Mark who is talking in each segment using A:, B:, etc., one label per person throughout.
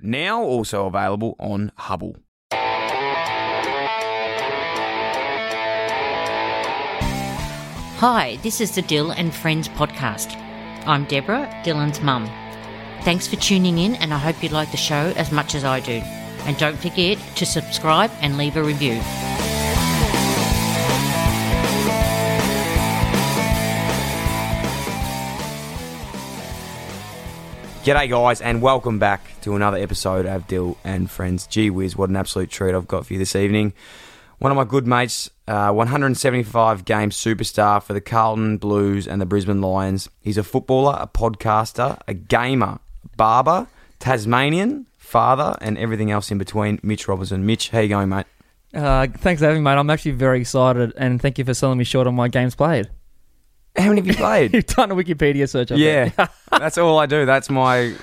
A: now also available on Hubble.
B: Hi, this is the Dill and Friends podcast. I'm Deborah, Dylan's mum. Thanks for tuning in, and I hope you like the show as much as I do. And don't forget to subscribe and leave a review.
A: G'day, guys, and welcome back to another episode of Dill and Friends. Gee whiz, what an absolute treat I've got for you this evening. One of my good mates, uh, 175 game superstar for the Carlton Blues and the Brisbane Lions. He's a footballer, a podcaster, a gamer, barber, Tasmanian, father, and everything else in between. Mitch Robinson. Mitch, how you going, mate?
C: Uh, thanks for having me, mate. I'm actually very excited, and thank you for selling me short on my games played.
A: How many have you played?
C: You've done a Wikipedia search. I
A: yeah, that's all I do. That's my.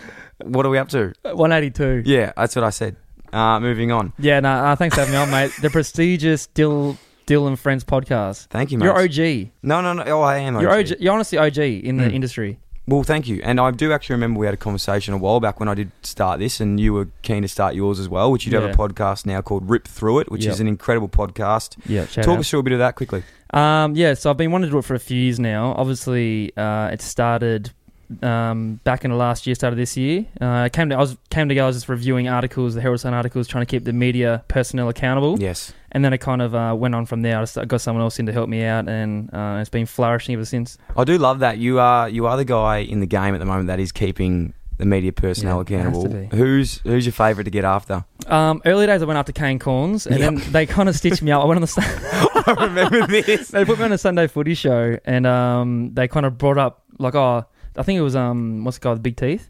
A: What are we up to?
C: bet. 182. Yeah,
A: Yeah, that's what I said. Uh, moving on.
C: no, uh, thanks for having me on, mate. The prestigious Dill Dill and Friends podcast.
A: Thank you, mate.
C: You're OG.
A: No, no, no. Oh, I am. OG.
C: You're OG. You're honestly OG in the
A: Mm.
C: industry.
A: Well, thank you. And I do actually remember we had a conversation a while back when I did start this, and you were keen to start yours as well, which you do have
C: Yeah.
A: a podcast now called Rip Through It, which
C: Yep.
A: is an incredible podcast.
C: Yeah,
A: Talk us through a bit of that quickly.
C: Um, yeah, so I've been wanting to do it for a few years now. Obviously, uh, it started um, back in the last year, started this year. Uh, I came to I was came to I was just reviewing articles, the Herald Sun articles, trying to keep the media personnel accountable.
A: Yes.
C: And then it kind of uh, went on from there. I just- I got someone else in to help me out, and uh, it's been flourishing ever since.
A: I do love that you are you are the guy in the game at the moment that is keeping the media personnel
C: Yeah, it has to
A: accountable.
C: be.
A: Who's who's your favourite to get after?
C: Um, early days, I went after Kane Corns, and then they kind of stitched me up. I went on the Sun-
A: I remember this.
C: they put me on a Sunday footy show, and um, they kind of brought up like, oh, I think it was um, what's it called, the Big Teeth,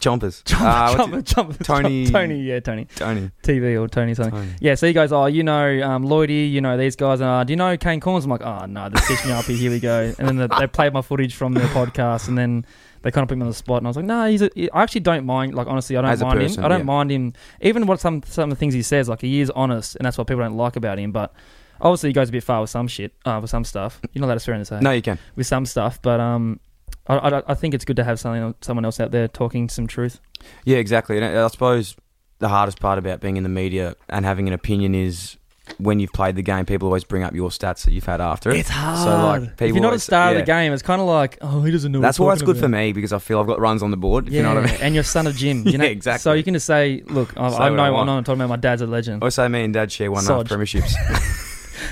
A: Chompers.
C: Jumper,
A: Uh, what's
C: Jumper, Jumper,
A: Tony-
C: Tony, yeah, Tony,
A: it- Tony.
C: TV or Tony something.
A: Tony.
C: Yeah, so you guys, oh, you know, um, Lloydie, you know these guys, and uh, do you know Kane Corns? I'm like, oh no, they stitched me up here. Here we go. And then the, they played my footage from their podcast, and then they kind of put me on the spot, and I was like, no, he's. A, he- I actually don't mind. Like honestly, I don't
A: As a
C: mind
A: person,
C: him. I don't
A: yeah.
C: mind him. Even what some some of the things he says, like he is honest, and that's what people don't like about him. But obviously, he goes a bit far with some shit, uh, with some stuff. You're not allowed to swear in this, eh?
A: No, you can.
C: With some stuff, but um. I, I, I think it's good to have someone someone else out there talking some truth.
A: Yeah, exactly. And I I suppose the hardest part about being in the media and having an opinion is when you've played the game, people always bring up your stats that you've had after it. So like, people
C: if you're not a
A: always-
C: star of
A: yeah.
C: the game, it's kind of like, oh, he doesn't know.
A: That's
C: what
A: why it's good for me because I feel I've got runs on the board. If You
C: Yeah,
A: know what I mean?
C: and your son of Jim. You
A: Yeah,
C: know?
A: exactly.
C: So you can just say, look, I,
A: Say
C: I
A: what
C: know
A: I
C: I
A: want. Oh.
C: know I'm talking about. My dad's a legend.
A: Also, me and Dad share one half
C: Sodge.
A: premierships.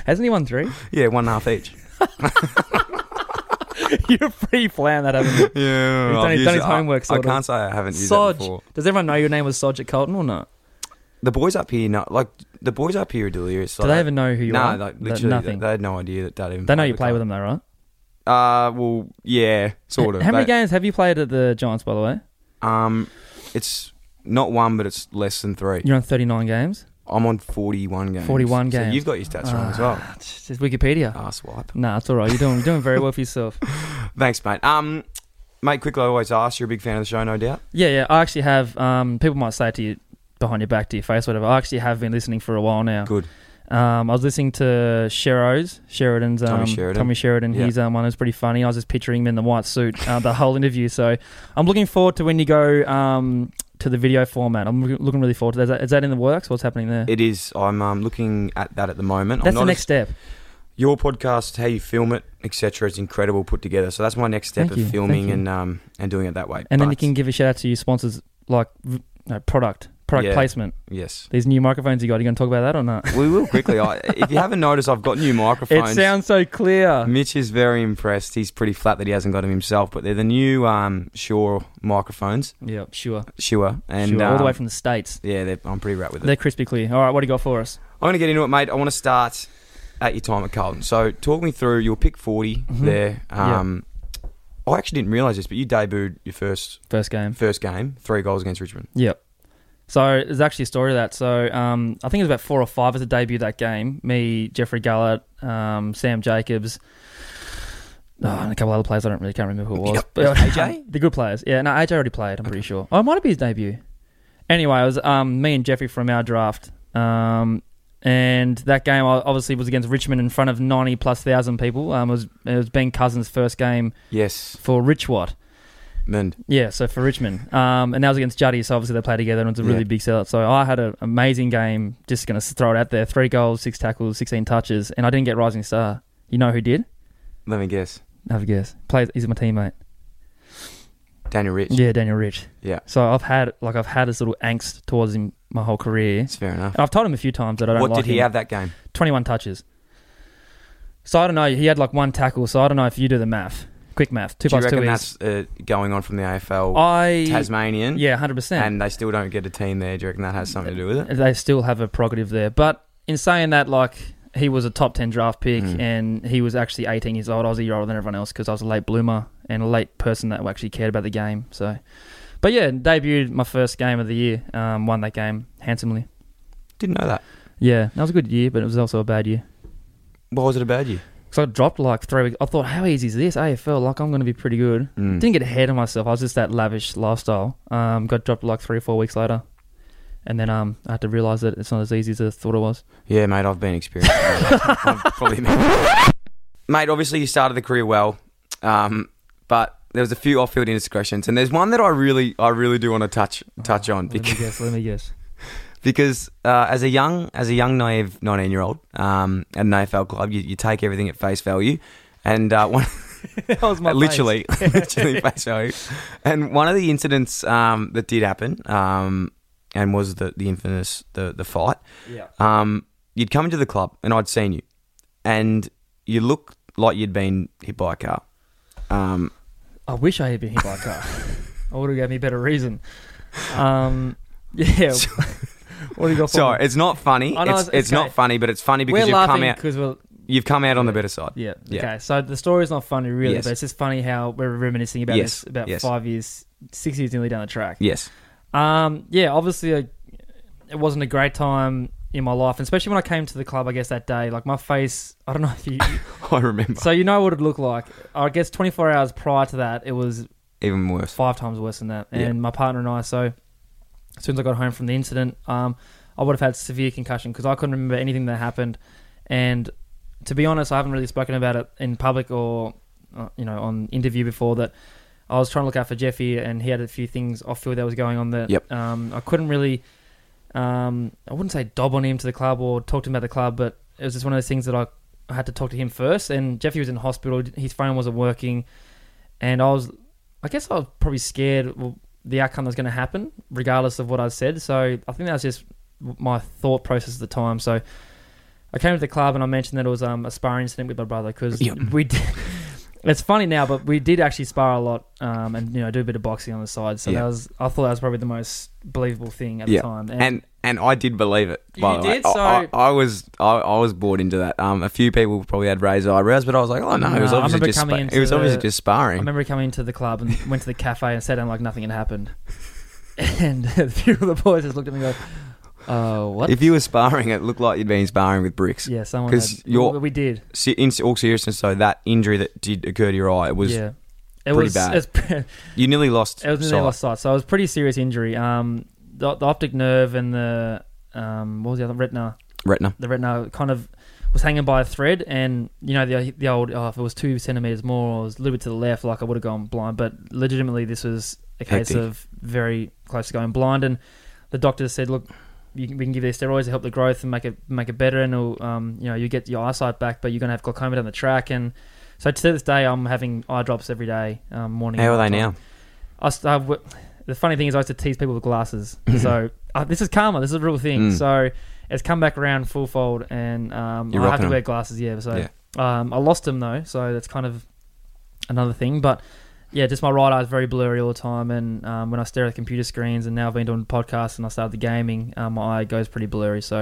C: Hasn't he won three?
A: yeah, one half each.
C: you're pretty flan that, haven't you?
A: Yeah,
C: He's done-
A: I've
C: he's
A: used
C: done his
A: it. I-
C: homework,
A: I,
C: sort of.
A: can't say I haven't used that
C: Sodge.
A: before.
C: Does everyone know your name was Sodge at Colton or not?
A: The boys up here, no, like the boys up here are delirious.
C: Do they even know who you
A: no,
C: are?
A: like
C: Th-
A: literally,
C: nothing.
A: They, they had no idea that Dad even.
C: They know
A: played
C: you
A: the
C: play with
A: club.
C: them though, right?
A: Uh, well, yeah, sort of.
C: How many
A: They-
C: games have you played at the Giants, by the way?
A: Um, it's not one, but it's less than three.
C: You're on 39 games.
A: I'm on 41 games.
C: 41
A: So
C: games. Ah.
A: you've got your stats wrong as well. Ah,
C: It's just Wikipedia.
A: Ass wipe.
C: Nah, it's all right. You're doing you're doing very well for yourself.
A: Thanks, mate. Um, mate, quickly, I always ask. You're a big fan of the show, no doubt.
C: Yeah, yeah. I actually have. Um, people might say it to you behind your back, to your face, whatever. I actually have been listening for a while now.
A: Good.
C: Um, I was listening to Shero's Sheridan's um,
A: Tommy Sheridan.
C: Tommy Sheridan.
A: Yeah.
C: He's um, one that's pretty funny. I was just picturing him in the white suit uh, the whole interview. So I'm looking forward to when you go um, to the video format. I'm loo- looking really forward to that. Is that, is that in the works? What's happening there?
A: It is. I'm um, looking at that at the moment.
C: that's
A: I'm not
C: the next
A: as-
C: step.
A: your podcast, how you film it, etc. It's incredible put together. So that's my next step
C: Thank
A: of
C: you, thank
A: filming
C: you.
A: and um, and doing it that way.
C: And then you
A: But-
C: can give a shout out to your sponsors, like v- no, product product
A: Yeah.
C: placement.
A: yes,
C: These new microphones you got. Are you going to talk about that or not?
A: we will quickly. I, if you haven't noticed, I've got new microphones.
C: It sounds so clear.
A: Mitch is very impressed. He's pretty flat that he hasn't got them himself, but they're the new um, Shure microphones,
C: Yeah, sure.
A: Shure, and
C: sure. All the way
A: um,
C: from the states.
A: yeah, they're, I'm pretty wrapped with it.
C: They're crispy clear. All right, what do you got for us?
A: I'm going to get into it, mate. I want to start at your time at Carlton. So, talk me through your pick 40
C: Mhm.
A: there. Um, I actually didn't realise this, but you debuted your first
C: First game.
A: first game, three goals against Richmond.
C: Yep. So there's actually a story to that. So um, I think it was about four or five as a debut that game. Me, Jeffrey Gullett, um, Sam Jacobs, oh, and a couple other players. I don't really can't remember who it was.
A: Yep. AJ?
C: the good players. Yeah, no, AJ already played. I'm pretty sure. Oh, it might have been his debut. Anyway, it was um, me and Jeffrey from our draft. Um, and that game o- obviously was against Richmond in front of ninety plus thousand people. Um, it was it was Ben Cousins' first game
A: Yes.
C: for Richwatt.
A: And
C: Yeah, so for Richmond, um, and that was against Juddy, so obviously they played together and it was a really
A: Yeah.
C: big sellout. So I had an amazing game. Just going to throw it out there: three goals, six tackles, sixteen touches, and I didn't get rising star. You know who did?
A: let me guess.
C: Have a guess. Plays. He's my teammate.
A: Daniel Rich.
C: Yeah, Daniel Rich.
A: Yeah.
C: So I've had like I've had this little angst towards him my whole career,
A: That's fair enough.
C: and I've told him a few times that I don't
A: What
C: like
A: did he
C: him.
A: have that game?
C: Twenty-one touches. So I don't know. He had like one tackle. So I don't know if you do the math. Quick math. Two
A: do you
C: plus two
A: reckon
C: is.
A: that's uh, going on from the AFL
C: I.
A: Tasmanian?
C: Yeah, hundred percent.
A: And they still don't get a team there. Do you reckon that has something to do with it?
C: they still have a prerogative there. But in saying that, like he was a top ten draft pick,
A: Mm.
C: and he was actually eighteen years old. I was a year older than everyone else because I was a late bloomer and a late person that actually cared about the game. So, but yeah, debuted my first game of the year. Um, won that game handsomely.
A: Didn't know that.
C: Yeah, that was a good year, but it was also a bad year.
A: What was it about you?
C: So I dropped like three weeks. I thought, how easy is this AFL? Like I'm going to be pretty good.
A: Mm.
C: Didn't get ahead of myself. I was just that lavish lifestyle. Um, got dropped like three or four weeks later, and then um, I had to realise that it's not as easy as I thought it was.
A: Yeah, mate, I've been experienced. I've probably been- Mate, obviously you started the career well, um, but there was a few off-field indiscretions, and there's one that I really, I really do want to touch touch on
C: Let me
A: because
C: guess. Let me guess.
A: because uh, as a young as a young naive 19 year old um, at an AFL club, you, you take everything at face value, and uh, one
C: that was my
A: literally, literally face value. And one of the incidents um, that did happen, um, and was the the infamous the the fight.
C: Yeah.
A: um, you'd come into the club and I'd seen you, and you looked like you'd been hit by a car. Um,
C: I wish I had been hit by a car. I would have gave me a better reason. Um, yeah. what do you got for
A: sorry,
C: me?
A: it's not funny.
C: Oh,
A: it's
C: no, it's-
A: it's,
C: it's okay.
A: not funny, but it's funny because
C: we're
A: you've come
C: laughing
A: out.
C: because we're
A: You've come out on the better side.
C: yeah,
A: Yeah.
C: Okay, so the story's not funny really,
A: Yes.
C: but it's just funny how we're reminiscing about
A: Yes,
C: this about
A: yes.
C: five years, six years nearly down the track.
A: Yes.
C: Um, yeah, obviously, I, it wasn't a great time in my life, and especially when I came to the club. I guess that day, like my face, I don't know if you.
A: I remember.
C: so you know what it looked like. I guess 24 hours prior to that, it was
A: Even worse.
C: five times worse than that. And
A: Yeah.
C: my partner and I, so as soon as I got home from the incident, um, I would have had severe concussion because I couldn't remember anything that happened. And to be honest, I haven't really spoken about it in public or uh, you know on interview before that. I was trying to look out for Jeffy, and he had a few things off field that was going on that
A: Yep.
C: um, I couldn't really. Um, I wouldn't say dob on him to the club or talk to him about the club, but it was just one of those things that I, I had to talk to him first. And Jeffy was in hospital; his phone wasn't working, and I was I guess I was probably scared of the outcome that was going to happen, regardless of what I said. So I think that was just my thought process at the time. So I came to the club and I mentioned that it was um, a sparring incident with my brother because
A: Yeah.
C: we did. It's funny now, but we did actually spar a lot, um, and you know, do a bit of boxing on the side. So
A: Yeah.
C: that was, I thought that was probably the most believable thing at
A: Yeah.
C: the time.
A: And and I did believe it. By
C: You
A: the way.
C: did?
A: I-
C: So-
A: I, I was I, I was bored into that. Um, a few people probably had raised eyebrows, but I was like, oh no, it was
C: No,
A: obviously
C: I remember
A: just
C: coming
A: spa-
C: into
A: it was obviously
C: the-
A: just
C: I
A: sparring.
C: remember coming into the club and went to the cafe and sat down like nothing had happened, and a few of the boys just looked at me like, "Oh, what?"
A: If you were sparring, it looked like you'd been sparring with bricks.
C: yeah, someone.
A: 'cause
C: had-
A: you're-
C: we did.
A: Se- In all seriousness, though, that injury that did occur to your eye it was
C: yeah. It
A: pretty
C: was,
A: bad.
C: It was, pre-
A: you nearly lost.
C: it was in
A: sight.
C: their left side, so it was a pretty serious injury. Um, the, the optic nerve and the um, what was the other retina?
A: Retina.
C: the retina kind of was hanging by a thread, and you know the the old oh, if it was two centimeters more, or it was a little bit to the left, like I would have gone blind. But legitimately, this was a case
A: Hectic.
C: of very close to going blind, and the doctor said, look. You can, we can give you steroids to help the growth and make it make it better, and it'll, um, you know you get your eyesight back, but you're gonna have glaucoma down the track. And so to this day, I'm having eye drops every day, um, morning.
A: How are they
C: and night
A: now?
C: time. I, st- I w- the funny thing is, I used to tease people with glasses. so uh, this is karma. This is a real thing.
A: Mm.
C: So it's come back around full fold, and um,
A: You're
C: I have
A: rocking
C: to
A: 'em.
C: wear glasses. Yeah. So Um, I lost them though, so that's kind of another thing. But yeah, just my right eye is very blurry all the time, and um, when I stare at computer screens, and now I've been doing podcasts and I started the gaming, um, my eye goes pretty blurry. So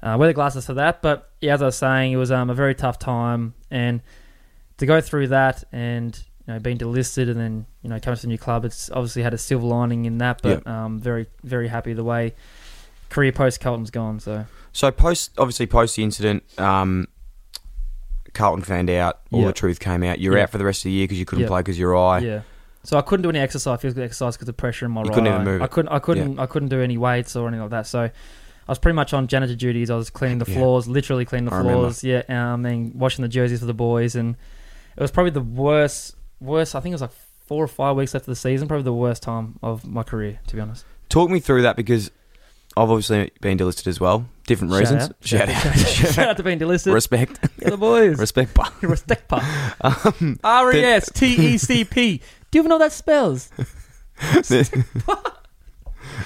C: uh, I wear the glasses for that. But yeah, as I was saying, it was um, a very tough time, and to go through that and you know being delisted and then you know coming to a new club, it's obviously had a silver lining in that. But um, very very happy the way career post Colton's gone. So
A: So post, obviously post the incident, um, Carlton found out, all
C: Yeah.
A: the truth came out. You're
C: Yeah.
A: out for the rest of the year because you couldn't
C: Yeah.
A: play because your eye.
C: Yeah. So I couldn't do any exercise, physical exercise, because of pressure in my
A: You
C: right
A: couldn't even
C: eye.
A: move
C: I
A: it.
C: couldn't. I couldn't. I couldn't do any weights or anything like that. So I was pretty much on janitor duties. I was cleaning the
A: Yeah.
C: floors, literally cleaning the
A: I remember.
C: floors. Yeah, um, and washing the jerseys for the boys, and it was probably the worst. Worst. I think it was like four or five weeks left of the season. Probably the worst time of my career, to be honest.
A: Talk me through that because I've obviously been delisted as well. Different
C: Shout
A: reasons.
C: out. Shout out. Shout out to being delisted.
A: Respect.
C: yeah, the boys.
A: Respect. but-
C: Respect pup.
A: Um,
C: R E S T E C P. Do you even know what that spells?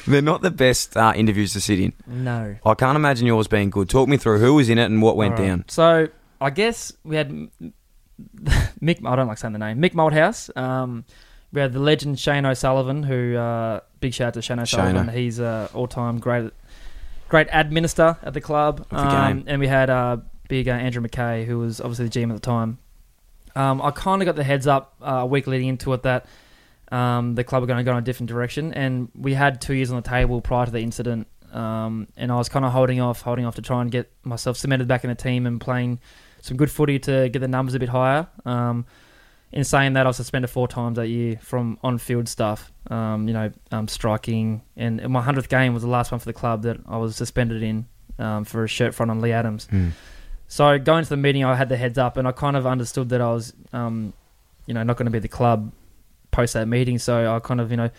A: They're not the best uh, interviews to sit in.
C: No.
A: I can't imagine yours being good. Talk me through who was in it and what went
C: All right.
A: down.
C: So I guess we had M- Mick. I don't like saying the name. Mick Moldhouse. Um, we had the legend Shane O'Sullivan, who uh, big shout out to Shane O'Sullivan.
A: Shano.
C: He's uh, all time great, great administer at the club.
A: the
C: um,
A: game.
C: and we had uh, big uh, Andrew McKay, who was obviously the GM at the time. Um, I kind of got the heads up uh, a week leading into it that um, the club were going to go in a different direction, and we had two years on the table prior to the incident. Um, and I was kind of holding off, holding off to try and get myself cemented back in the team and playing some good footy to get the numbers a bit higher. Um, in saying that, I was suspended four times that year from on-field stuff. Um, you know, um, striking, and my hundredth game was the last one for the club that I was suspended in um, for a shirt front on Lee Adams.
A: Hmm.
C: So going to the meeting, I had the heads up, and I kind of understood that I was, um, you know, not going to be at the club post that meeting. So I kind of, you know,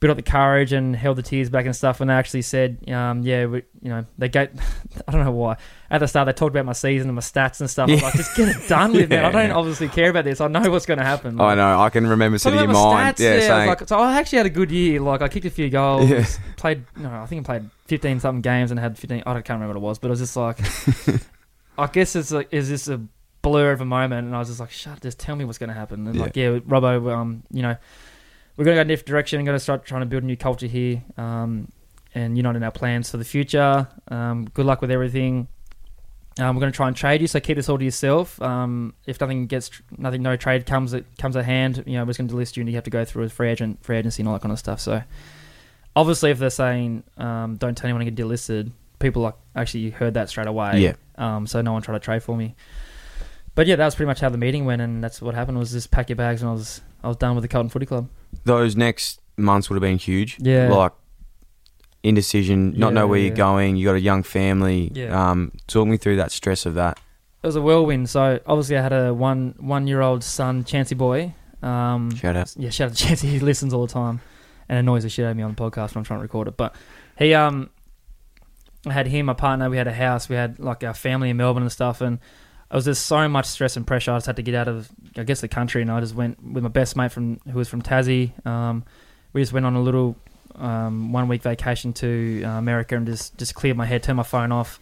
C: built up the courage and held the tears back and stuff. When they actually said, um, yeah, we, you know, they gave, I don't know why. At the start, they talked about my season and my stats and stuff. I was
A: Yeah.
C: like, just get it done with, man. I don't
A: Yeah.
C: obviously care about this. I know what's going to happen.
A: I know. I can remember
C: Talking
A: sitting in
C: about my
A: mine.
C: stats, yeah, I was
A: saying,
C: like- so I actually had a good year. Like I kicked a few goals,
A: Yeah.
C: played. No, I think I played fifteen something games and had fifteen. I don't- can't remember what it was, but it was just like, I guess it's like, is this a blur of a moment? And I was just like, shut, just tell me what's going to happen. And like, yeah, Robbo, um, you know, we're going to go in a different direction. We're going to start trying to build a new culture here, um, and unite in our plans for the future. Um, good luck with everything. Um, we're going to try and trade you, so keep this all to yourself. Um, if nothing gets nothing, no trade comes at, comes at hand, you know, we're just going to delist you, and you have to go through a free agent, free agency, and all that kind of stuff. So, obviously, if they're saying um, don't tell anyone to get delisted, people like actually heard that straight away.
A: Yeah.
C: Um, so no one tried to trade for me. But yeah, that was pretty much how the meeting went, and that's what happened. Was just pack your bags, and I was I was done with the Carlton Footy Club.
A: those next months would have been huge.
C: Yeah.
A: Like indecision, not
C: Yeah,
A: know where
C: yeah.
A: you're going. You got a young family.
C: Yeah.
A: Um, talk me through that stress of that.
C: It was a whirlwind. So obviously, I had a one one year old son, Chancey boy. Um,
A: Shout out.
C: yeah, shout out to Chancey. He listens all the time and annoys the shit out of me on the podcast when I'm trying to record it. But he, um, I had him, my partner. We had a house. We had like our family in Melbourne and stuff. And it was just so much stress and pressure. I just had to get out of, I guess, the country. And I just went with my best mate from who was from Tassie. Um, we just went on a little um, one week vacation to uh, America and just just cleared my head, turned my phone off,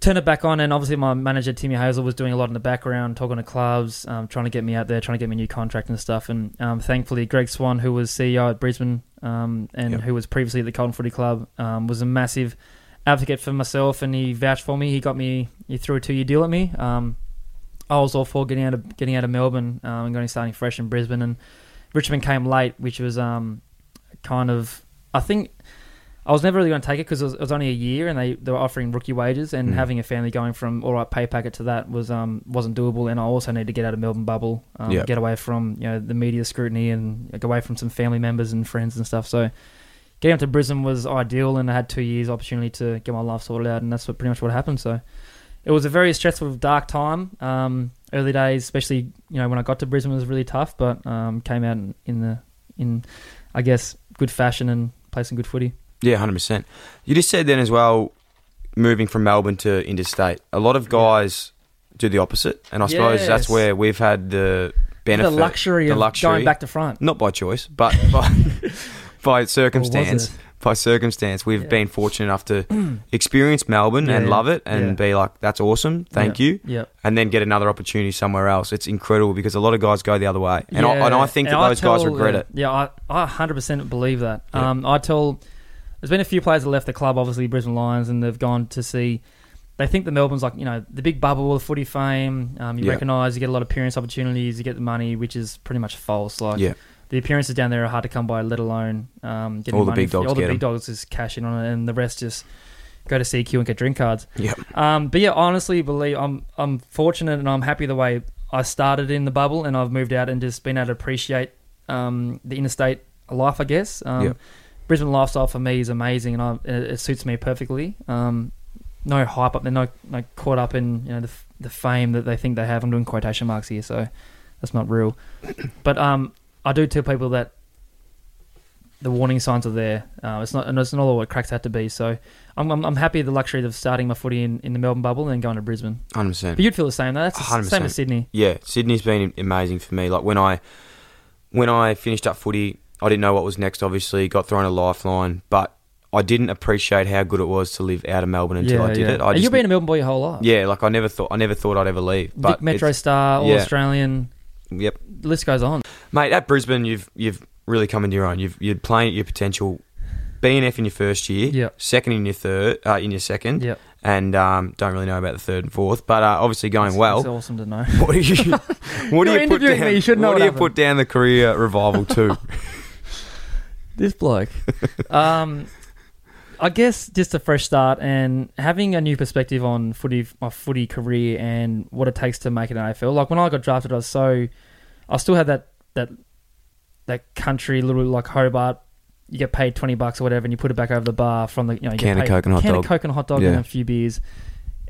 C: turned it back on, and obviously my manager Timmy Hazel was doing a lot in the background, talking to clubs, um, trying to get me out there, trying to get me a new contract and stuff. And um, thankfully, Greg Swan, who was CEO at Brisbane um, and
A: Yep.
C: who was previously at the Colton Footy Club, um, was a massive advocate for myself, and he vouched for me. He got me, he threw a two year deal at me. Um, I was all for getting out of getting out of Melbourne um, and going starting fresh in Brisbane and. Richmond came late, which was um, kind of I think I was never really going to take it because it, was- it was only a year, and they, they were offering rookie wages, and
A: Mm.
C: having a family going from all right pay packet to that was um, wasn't doable, and I also need to get out of Melbourne bubble, um,
A: Yeah.
C: get away from you know the media scrutiny, and like, away from some family members and friends and stuff. So getting up to Brisbane was ideal, and I had two years opportunity to get my life sorted out, and that's what pretty much what happened. So it was a very stressful, dark time. Um, early days, especially you know when I got to Brisbane, was really tough, but um, came out in, in the in I guess good fashion and play some good footy.
A: Yeah, hundred percent. You just said then as well, moving from Melbourne to interstate. A lot of guys do the opposite, and I suppose that's
C: Yes.
A: where we've had the benefit,
C: the luxury
A: the
C: of
A: luxury,
C: going back to front.
A: not by choice, but by by circumstance.
C: it?
A: By circumstance, we've
C: Yeah.
A: been fortunate enough to experience Melbourne and
C: Yeah,
A: love it, and
C: yeah.
A: be like, "That's awesome, thank you,"
C: Yep.
A: and then get another opportunity somewhere else. It's incredible because a lot of guys go the other way, and, I,
C: Yeah,
A: and I think that
C: and I
A: those guys
C: tell-
A: regret
C: yeah,
A: it.
C: Yeah, I, I 100% believe that.
A: Yeah.
C: Um, I tell, there's been a few players that left the club, obviously Brisbane Lions, and they've gone to see. They think that Melbourne's like you know the big bubble, the footy fame. Um, you
A: Yeah.
C: recognise, you get a lot of appearance opportunities, you get the money, which is pretty much false. Like
A: Yeah.
C: the appearances down there are hard to come by, let alone um, getting
A: All the
C: money
A: big
C: for-
A: dogs
C: All the
A: get
C: big
A: 'em.
C: dogs just cash in on it, and the rest just go to CQ and get drink cards.
A: Yep.
C: Um, but yeah, honestly, believe I'm I'm fortunate and I'm happy the way I started in the bubble and I've moved out and just been able to appreciate um, the interstate life, I guess. Um,
A: Yeah.
C: Brisbane lifestyle for me is amazing and I, it it suits me perfectly. Um, no hype up, they're not like caught up in you know the f- the fame that they think they have. I'm doing quotation marks here, so that's not real. But um, I do tell people that the warning signs are there. Uh, it's not, and it's not all what cracks out to be. So I'm, I'm, I'm happy the luxury of starting my footy in, in the Melbourne bubble and then going to Brisbane.
A: Hundred percent.
C: But you'd feel the same. though. That's the s- same
A: 100%.
C: as Sydney.
A: yeah, Sydney's been amazing for me. Like when I when I finished up footy, I didn't know what was next. Obviously, got thrown a lifeline, but I didn't appreciate how good it was to live out of Melbourne until I did it. I
C: and
A: just,
C: you've been a Melbourne boy your whole life.
A: yeah, like I never thought I never thought I'd ever leave. But
C: Vic Metro
A: it's-
C: star, all
A: yeah.
C: Australian.
A: Yep,
C: The list goes on.
A: mate. At Brisbane, you've you've really come into your own. You've you're playing at your potential. BNF in your first year,
C: Yeah.
A: second in your third, uh, in your second,
C: Yeah,
A: and um, don't really know about the third and fourth, but uh, obviously going
C: It's-
A: well.
C: It's awesome to know.
A: What do you? What do
C: You're
A: you put
C: interviewing
A: down?
C: me, you should know
A: what
C: what
A: do you
C: happened.
A: put down the career revival to?
C: this bloke. um, I guess just a fresh start and having a new perspective on footy, my footy career, and what it takes to make it in AFL. Like when I got drafted, I was so, I still had that that that country little like Hobart. You get paid twenty bucks or whatever, and you put it back over the bar from the you know you
A: Can
C: get
A: of
C: paid,
A: Coke and hot
C: can
A: dog.
C: of Coke and hot dog and
A: Yeah.
C: a few beers.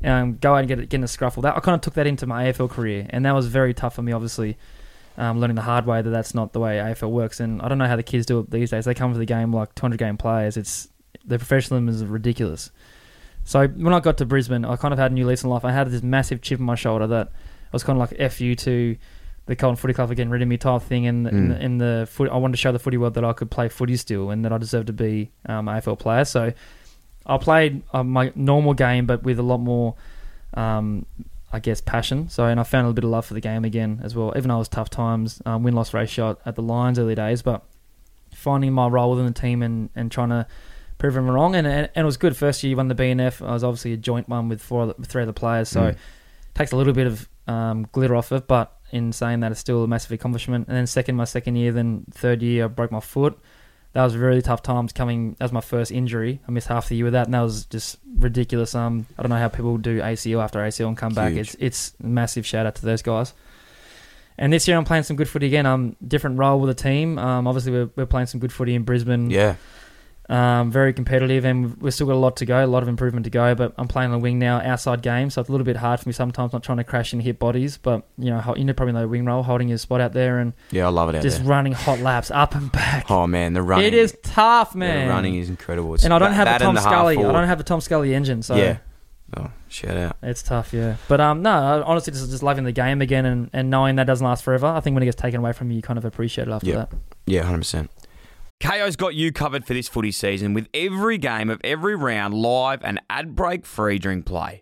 C: Um, go out and get it, get in a scruffle. That I kind of took that into my AFL career, and that was very tough for me, obviously um, learning the hard way that that's not the way AFL works. And I don't know how the kids do it these days. They come to the game like 200 game players. It's the professionalism is ridiculous. So when I got to Brisbane, I kind of had a new lease on life. I had this massive chip on my shoulder that I was kind of like "f you" to the Colton Footy Club for getting rid of me type thing. And in,
A: Mm.
C: the, in the foot, I wanted to show the footy world that I could play footy still and that I deserved to be um, an AFL player. So I played uh, my normal game, but with a lot more um, I guess passion. So and I found a little bit of love for the game again as well. Even though it was tough times, um, win loss ratio at the Lions early days, but finding my role within the team and, and trying to prove them wrong and, and and it was good. First year you won the BNF. I was obviously a joint one with four other, with three other players, so
A: Mm.
C: it takes a little bit of um, glitter off it. But in saying that, it's still a massive accomplishment. And then second, my second year, then third year, I broke my foot. That was really tough times coming. That was my first injury. I missed half the year with that, and that was just ridiculous. Um, I don't know how people do ACL after ACL and come back.
A: Huge.
C: It's it's massive shout out to those guys. And this year I'm playing some good footy again. Um, different role with the team. Um, obviously we're, we're playing some good footy in Brisbane.
A: yeah,
C: Um, very competitive, and we've still got a lot to go, a lot of improvement to go. But I'm playing on the wing now, outside game, so it's a little bit hard for me sometimes. Not trying to crash and hit bodies, but you know, ho- you know, probably know wing roll, holding your spot out there and
A: yeah, I love it out
C: just
A: there.
C: running hot laps up and back.
A: Oh man, the running.
C: it is tough, man.
A: The running is incredible. It's
C: and I don't
A: that-
C: have
A: that
C: the Tom
A: and half
C: Scully. I
A: forward.
C: don't have the Tom Scully engine, so
A: Yeah. Oh, shout out.
C: it's tough, yeah. But um, no, I honestly, just just loving the game again, and, and knowing that doesn't last forever. I think when it gets taken away from you, you kind of appreciate it after
A: Yeah.
C: that.
A: Yeah, hundred percent. KO's got you covered for this footy season with every game of every round live and ad break free during play.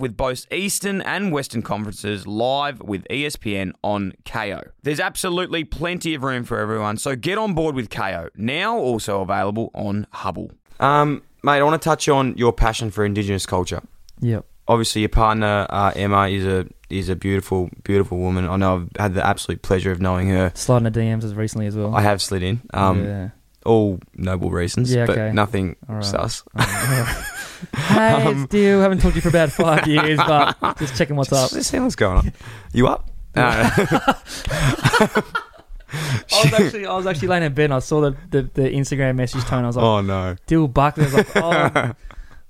A: with both Eastern and Western conferences live with E ESPN on KO. There's absolutely plenty of room for everyone, so get on board with KO, now also available on Hubble. Um, mate, I want to touch on your passion for Indigenous culture.
C: Yep.
A: Obviously, your partner uh, Emma is a is a beautiful, beautiful woman. I know I've had the absolute pleasure of knowing her.
C: Sliding the DMs as recently as well.
A: I have slid in, um,
C: yeah.
A: all noble reasons,
C: Yeah,
A: but
C: okay.
A: nothing
C: All right.
A: sus.
C: hey,
A: Um,
C: it's Deal. Haven't talked to you for about five years, but just checking what's up.
A: Let's see what's going on. You up? No, no.
C: I was actually, I was actually laying in bed and I saw the, the, the Instagram message tone. I was like,
A: oh no.
C: Dill Buckley. I was like, oh,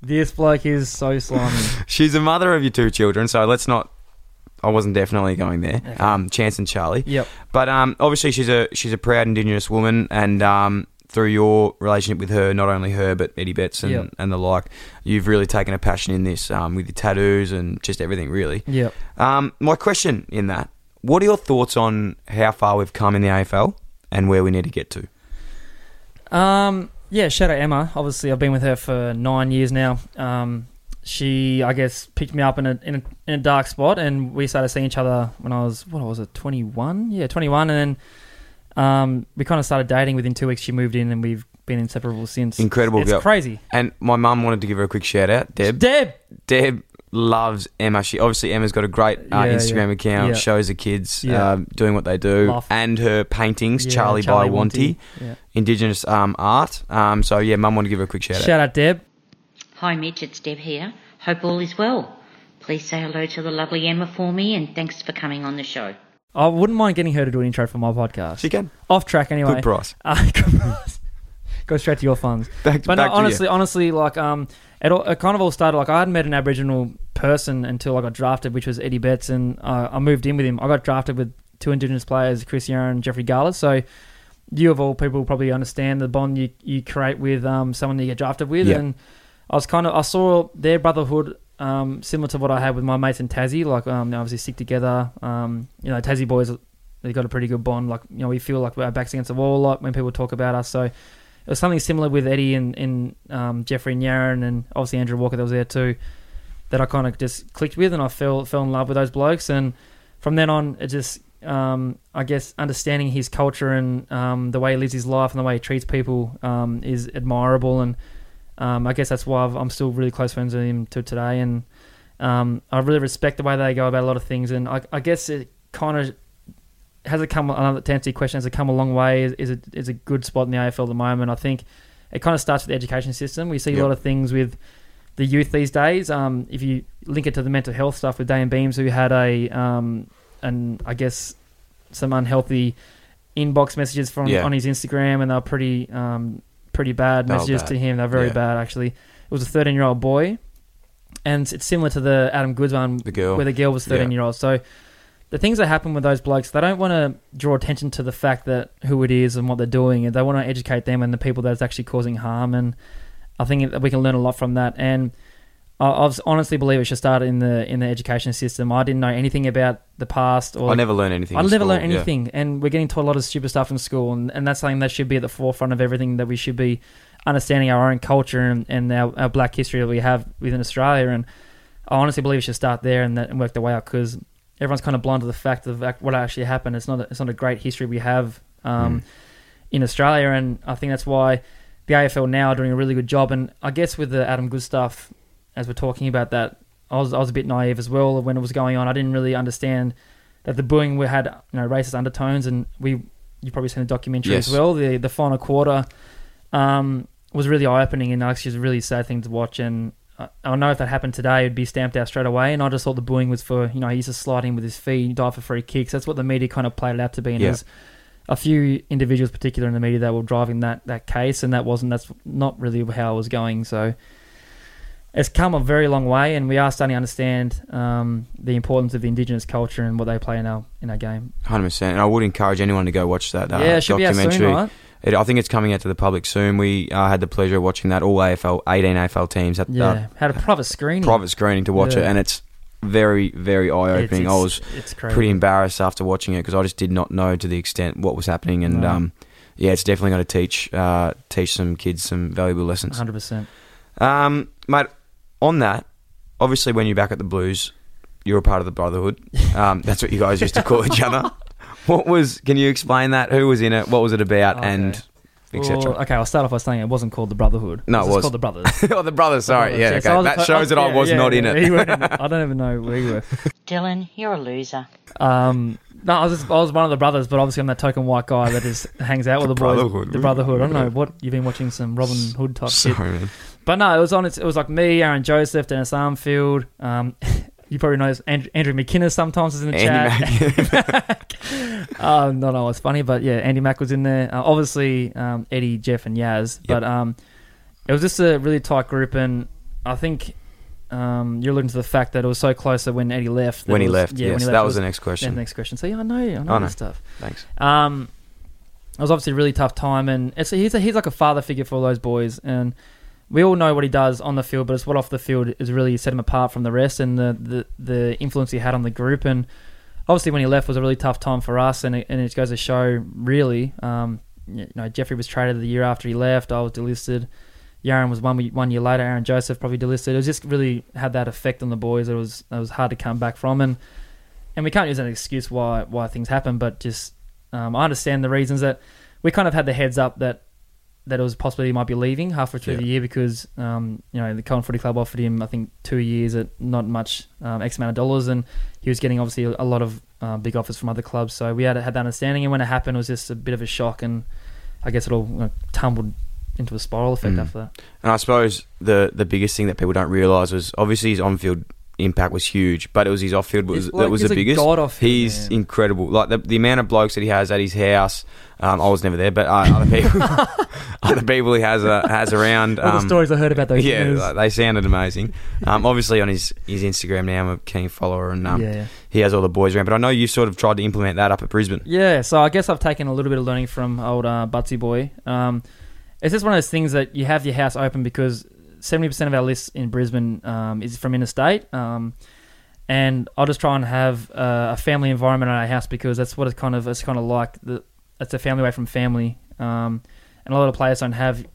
C: this bloke is so slimy.
A: She's the mother of your two children, so let's not. I wasn't definitely going there. Um, Chance and Charlie.
C: Yep.
A: But um, obviously she's a she's a proud Indigenous woman, and um, through your relationship with her, not only her but Eddie Betts and,
C: Yep.
A: and the like, you've really taken a passion in this um, with your tattoos and just everything really.
C: Yep.
A: Um, my question in that: What are your thoughts on how far we've come in the AFL and where we need to get to?
C: Um, yeah, shout out Emma. Obviously, I've been with her for nine years now. Um, she, I guess, picked me up in a, in a in a dark spot, and we started seeing each other when I was what was it, twenty one? Yeah, twenty one, and then um, we kind of started dating. Within two weeks, she moved in, and we've been inseparable since.
A: Incredible
C: It's
A: girl.
C: crazy.
A: And my mum wanted to give her a quick shout out, Deb.
C: Deb.
A: Deb loves Emma. She obviously Emma's got a great uh,
C: Yeah,
A: Instagram
C: yeah.
A: account.
C: Yeah.
A: Shows the kids
C: Yeah.
A: um, doing what they do,
C: Love.
A: and her paintings,
C: Yeah,
A: Charlie, by Wanty,
C: Yeah.
A: Indigenous um, art. Um, so yeah, Mum wanted to give her a quick shout, out.
C: Shout out Deb.
B: Hi Mitch, it's Deb here. Hope all is well. Please say hello to the lovely Emma for me and thanks for coming on the show.
C: I wouldn't mind getting her to do an intro for my podcast.
A: She can
C: Off track, anyway.
A: good price.
C: Uh, good price. Go straight to your funds.
A: Back- back
C: but no,
A: to you.
C: honestly, honestly, like um, it, all, it kind of all started like I hadn't met an Aboriginal person until I got drafted, which was Eddie Betts, and uh, I moved in with him. I got drafted with two Indigenous players, Chris Yarra and Jeffrey Garler. So you of all people probably understand the bond you, you create with um, someone that you get drafted with,
A: Yeah.
C: and I was kind of I saw their brotherhood um, similar to what I had with my mates in Tassie. Like um, they obviously stick together. Um, you know, Tassie boys they got a pretty good bond. Like you know, we feel like our backs against the wall a lot when people talk about us. So it was something similar with Eddie and, and um, Jeffrey Nyaran and obviously Andrew Walker that was there too. That I kind of just clicked with and I fell fell in love with those blokes. And from then on, it just um, I guess understanding his culture and um, the way he lives his life and the way he treats people um, is admirable. And um, I guess that's why I've, I'm still really close friends with him to today. And um, I really respect the way they go about a lot of things. And I, I guess it kind of has it come another to answer your question has it come a long way is, is it is a good spot in the AFL at the moment I think it kind of starts with the education system we see
A: Yep.
C: a lot of things with the youth these days um, if you link it to the mental health stuff with Dan Beams who had a um, an I guess some unhealthy inbox messages from
A: Yeah.
C: on his Instagram and they were pretty um, pretty bad
A: They were
C: messages
A: bad.
C: to him they're very
A: Yeah.
C: bad actually it was a 13 year old boy and it's similar to the Adam Goods one
A: The girl.
C: where the girl was 13
A: Yeah.
C: year old. So the things that happen with those blokes, they don't want to draw attention to the fact that who it is and what they're doing. and They want to educate them and the people that's actually causing harm. And I think that we can learn a lot from that. And I, I was- honestly believe it should start in the in the education system. I didn't know anything about the past or
A: I never learn anything.
C: I
A: in
C: never learned
A: school, yeah.
C: anything, and we're getting taught a lot of stupid stuff in school, and, and that's something that should be at the forefront of everything that we should be understanding our own culture and, and our, our black history that we have within Australia. And I honestly believe we should start there and, that, and work the way out because everyone's kind of blind to the fact of ac- what actually happened. It's not a, it's not a great history we have um,
A: Hmm.
C: in Australia, and I think that's why the AFL now are doing a really good job. And I guess with the Adam Good stuff, as we're talking about that, I was I was a bit naive as well when it was going on. I didn't really understand that the booing we had you know racist undertones, and we you've probably seen the documentary
A: Yes.
C: as well. The the final quarter um, was really eye opening and actually was a really sad thing to watch. And I, I know if that happened today, it'd be stamped out straight away. And I just thought the booing was for you know he used to slide in with his feet, dive for free kicks. That's what the media kind of played it out to be. And
A: Yeah.
C: there's a few individuals, particular in the media, that were driving that that case, and that wasn't that's not really how it was going. So. It's come a very long way, and we are starting to understand um, the importance of the Indigenous culture and what they play in our in our game.
A: Hundred percent, and I would encourage anyone to go watch that. Uh,
C: yeah, it should be out
A: documentary.
C: soon, right?
A: It, I think it's coming out to the public soon. We uh, had the pleasure of watching that. All AFL, eighteen AFL teams had
C: Yeah,
A: uh,
C: had a private screening.
A: private screening to watch it,
C: Yeah.
A: and it's very, very eye
C: It's-
A: opening. I
C: it's-
A: was
C: it's crazy.
A: pretty embarrassed after watching it because I just did not know to the extent what was happening, and
C: No.
A: um, yeah, it's definitely going to teach uh, teach some kids some valuable lessons.
C: Hundred percent.
A: Um, mate, on that, obviously, when you're back at the Blues, you're a part of the Brotherhood. Um, that's what you guys used to call each other. What was? Can you explain that? Who was in it? What was it about?
C: Okay.
A: And etc.
C: Well, okay, I'll start off by saying it wasn't called the Brotherhood.
A: No, it
C: just
A: was.
C: called the Brothers.
A: oh, the brothers. Sorry. Yeah.
C: Yes,
A: Okay.
C: I was-
A: That shows that I
C: yeah,
A: was
C: yeah,
A: not in
C: yeah, you
A: it.
C: weren't in it. I don't even know where you were.
B: Dylan, you're a loser.
C: Um, no, I was, just, I was one of the brothers, but obviously I'm that token white guy that just hangs out with the, boys.
A: Brotherhood.
C: The Brotherhood. I don't know what you've been watching some Robin Hood type shit.
A: Sorry, man.
C: But no, it was on. It was like me, Aaron Joseph, Dennis Armfield. Um, you probably know Andrew, Andrew McKinnis sometimes is in the chat.
A: Andy Mac-
C: um, not always funny, but yeah, Andy Mack was in there. Uh, obviously, um, Eddie, Jeff, and Yaz. But um, it was just a really tight group, and I think um, you're looking to the fact that it was so close that when Eddie left, that
A: when
C: it
A: he
C: was-
A: left.
C: when
A: Yes.
C: he
A: That
C: it
A: was the next
C: yeah, the
A: question.
C: next question. So yeah, I know, I know,
A: I know.
C: this stuff.
A: Thanks.
C: Um, it was obviously a really tough time, and it's he's a, he's like a father figure for all those boys, and we all know what he does on the field, but it's what off the field has really set him apart from the rest, and the the, the influence he had on the group, and obviously when he left was a really tough time for us, and it, and it goes to show really, um, you know, Jeffrey was traded the year after he left, I was delisted. Yaron was one we- one year later. Aaron Joseph probably delisted. It was just really had that effect on the boys. It was it was hard to come back from, and and we can't use an excuse why why things happen, but just um, I understand the reasons that we kind of had the heads up that that it was possibly he might be leaving halfway through
A: Yeah.
C: the year because um, you know the Cohen Footy Club offered him I think two years at not much um, X amount of dollars, and he was getting obviously a lot of uh, big offers from other clubs. So we had had that understanding, and when it happened, it was just a bit of a shock, and I guess it all you know, tumbled into a spiral effect
A: Mm.
C: after that.
A: And I suppose the the biggest thing that people don't realise was obviously his on field impact was huge, but it was his off field was
C: He's
A: that
C: like-
A: was
C: he's
A: the
C: a
A: biggest.
C: god off field,
A: he's
C: man.
A: incredible. Like the, the amount of blokes that he has at his house. Um, I was never there, but uh, other people, other people he has uh, has around.
C: All the
A: Um,
C: stories I heard about those
A: yeah,
C: years.
A: like, they sounded amazing. Um, obviously on his, his Instagram now, I'm a keen follower, and um,
C: yeah, yeah.
A: he has all the boys around. But I know you sort of tried to implement that up at Brisbane.
C: Yeah, so I guess I've taken a little bit of learning from old uh, Butsy boy. Um, it's just one of those things that you have your house open because seventy percent of our list in Brisbane um, is from interstate, um, and I'll just try and have uh, a family environment at our house because that's what it's kind of it's kind of like the it's a family away from family, um, and a lot of players don't have